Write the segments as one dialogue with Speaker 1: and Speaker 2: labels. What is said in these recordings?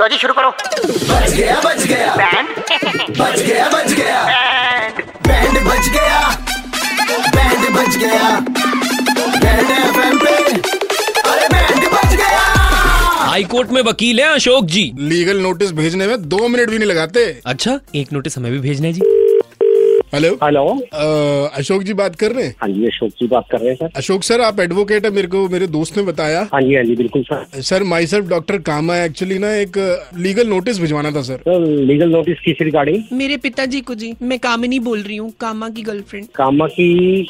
Speaker 1: लो जी शुरू करो
Speaker 2: बच गया बच गया
Speaker 1: बैंड
Speaker 2: बच गया बच गया
Speaker 1: बैंड
Speaker 2: बैंड बच गया बैंड बच गया बैंड एफएम पे अरे बैंड बच गया
Speaker 3: हाईकोर्ट में वकील हैं अशोक जी
Speaker 4: लीगल नोटिस भेजने में दो मिनट भी नहीं लगाते
Speaker 3: अच्छा एक नोटिस हमें भी भेजना है जी
Speaker 4: हेलो
Speaker 5: हाँ।
Speaker 6: हेलो
Speaker 4: अ, अशोक जी बात कर रहे हैं
Speaker 6: हाँ जी अशोक जी बात कर रहे हैं सर
Speaker 4: अशोक सर आप एडवोकेट है मेरे को मेरे दोस्त ने बताया
Speaker 6: हाँ जी हाँ जी बिल्कुल sir
Speaker 4: sir my sir doctor comma actually ना एक लीगल नोटिस भिजवाना था सर
Speaker 6: सर लीगल नोटिस किस रिगार्डिंग
Speaker 5: मेरे पिताजी को जी मैं कामिनी बोल रही हूँ कामा की गर्लफ्रेंड
Speaker 6: कामा की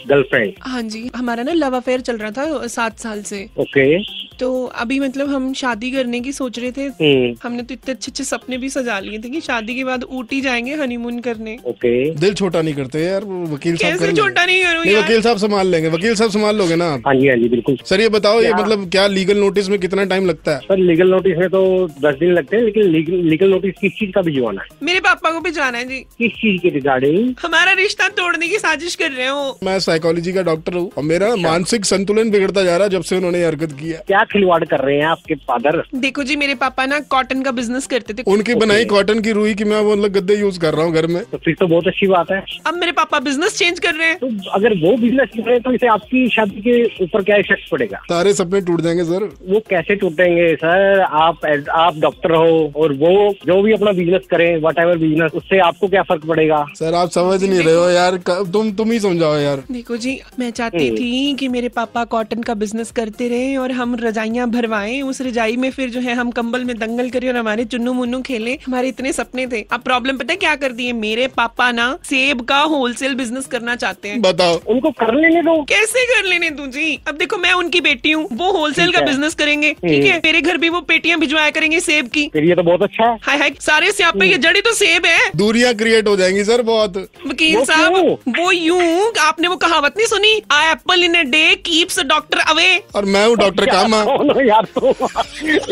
Speaker 6: गर्लफ्रेंड
Speaker 5: हाँ जी हमारा ना लव अफेयर चल रहा था सात साल से
Speaker 6: ओके
Speaker 5: तो अभी मतलब हम शादी करने की सोच रहे थे
Speaker 6: हम्म,
Speaker 5: हमने तो इतने अच्छे अच्छे सपने भी सजा लिए थे कि शादी के बाद ऊटी जाएंगे हनीमून करने
Speaker 6: ओके
Speaker 4: दिल छोटा नहीं करते यार वो वकील साहब
Speaker 5: कैसे
Speaker 4: कर लेंगे।
Speaker 5: छोटा नहीं करूँ
Speaker 4: नहीं
Speaker 5: यार
Speaker 4: वकील साहब संभाल लेंगे वकील साहब संभाल लोगे ना आप
Speaker 6: हाँ जी हाँ जी बिल्कुल
Speaker 4: सर ये बताओ ये मतलब क्या लीगल नोटिस में कितना टाइम लगता है
Speaker 6: सर लीगल नोटिस में तो दस दिन लगते हैं लेकिन लीगल लीगल नोटिस किस चीज का भिजवाना है
Speaker 5: मेरे पापा को भी जाना है जी
Speaker 6: किस चीज के रिगार्डिंग
Speaker 5: हमारा रिश्ता तोड़ने की साजिश कर रहे हो
Speaker 4: मैं साइकोलॉजी का डॉक्टर हूँ और
Speaker 5: अच्छा।
Speaker 4: मेरा मानसिक संतुलन बिगड़ता जा रहा है जब से उन्होंने ये हरकत की है
Speaker 6: क्या खिलवाड़ कर रहे हैं आपके फादर
Speaker 5: देखो जी मेरे पापा ना कॉटन का बिजनेस करते थे
Speaker 4: उनकी बनाई कॉटन की रुई की मैं वो मतलब गद्दे यूज कर रहा हूँ घर में
Speaker 6: तो फिर तो बहुत अच्छी बात है
Speaker 5: अब मेरे पापा बिजनेस चेंज कर रहे हैं
Speaker 6: तो अगर वो बिजनेस कर रहे हैं तो इसे आपकी शादी के ऊपर क्या इफेक्ट पड़ेगा
Speaker 4: सारे सपने टूट जाएंगे सर
Speaker 6: वो कैसे टूटेंगे सर आप आप डॉक्टर हो और वो जो भी अपना बिजनेस करें वट एवर बिजनेस उससे आपको क्या फर्क पड़ेगा
Speaker 4: सर आप समझ नहीं रहे हो यार क- तुम तुम ही समझाओ यार
Speaker 5: देखो जी मैं चाहती
Speaker 6: हम्म।
Speaker 5: थी कि मेरे पापा कॉटन का बिजनेस करते रहे और हम रजाइयां भरवाएं उस रजाई में फिर जो है हम कंबल में दंगल करें और हमारे चुन्नू मुन्नू खेलें हमारे इतने सपने थे अब प्रॉब्लम पता है क्या कर दिए मेरे पापा ना सेब का होलसेल बिजनेस करना चाहते हैं
Speaker 4: बताओ
Speaker 6: उनको कर लेने दो
Speaker 5: कैसे कर लेने तू जी अब देखो मैं उनकी बेटी हूँ वो होलसेल
Speaker 6: ठीक
Speaker 5: का
Speaker 6: है। हम्म।
Speaker 5: बिजनेस करेंगे ठीक है मेरे घर भी वो पेटियां भिजवाया करेंगे सेब की
Speaker 6: फिर ये तो बहुत अच्छा है
Speaker 5: हाय हाय सारे स्यापे
Speaker 6: हम्म।
Speaker 5: की जड़ी तो सेब है
Speaker 4: दूरियां क्रिएट हो जाएंगी सर बहुत
Speaker 5: वकील
Speaker 6: वो
Speaker 5: साहब
Speaker 6: क्यों?
Speaker 5: वो यूं आपने वो कहावत नहीं सुनी apple in a day keeps doctor away
Speaker 4: और मैं हूँ डॉक्टर कामा
Speaker 6: कौन हो यार तुम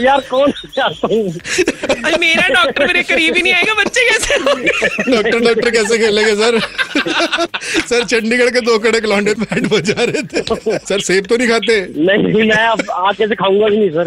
Speaker 6: यार कौन हो यार तुम
Speaker 5: अरे मेरा डॉक्टर मेरे करीब ही नहीं आएगा बच्चे कैसे होंगे?
Speaker 4: डॉक्टर डॉक्टर कैसे खेलेंगे सर सर चंडीगढ़ के दो कड़े लॉन्डे पैंट बजा रहे थे सर सेब तो नहीं खाते
Speaker 6: नहीं मैं अब आज कैसे खाऊंगा भी नहीं सर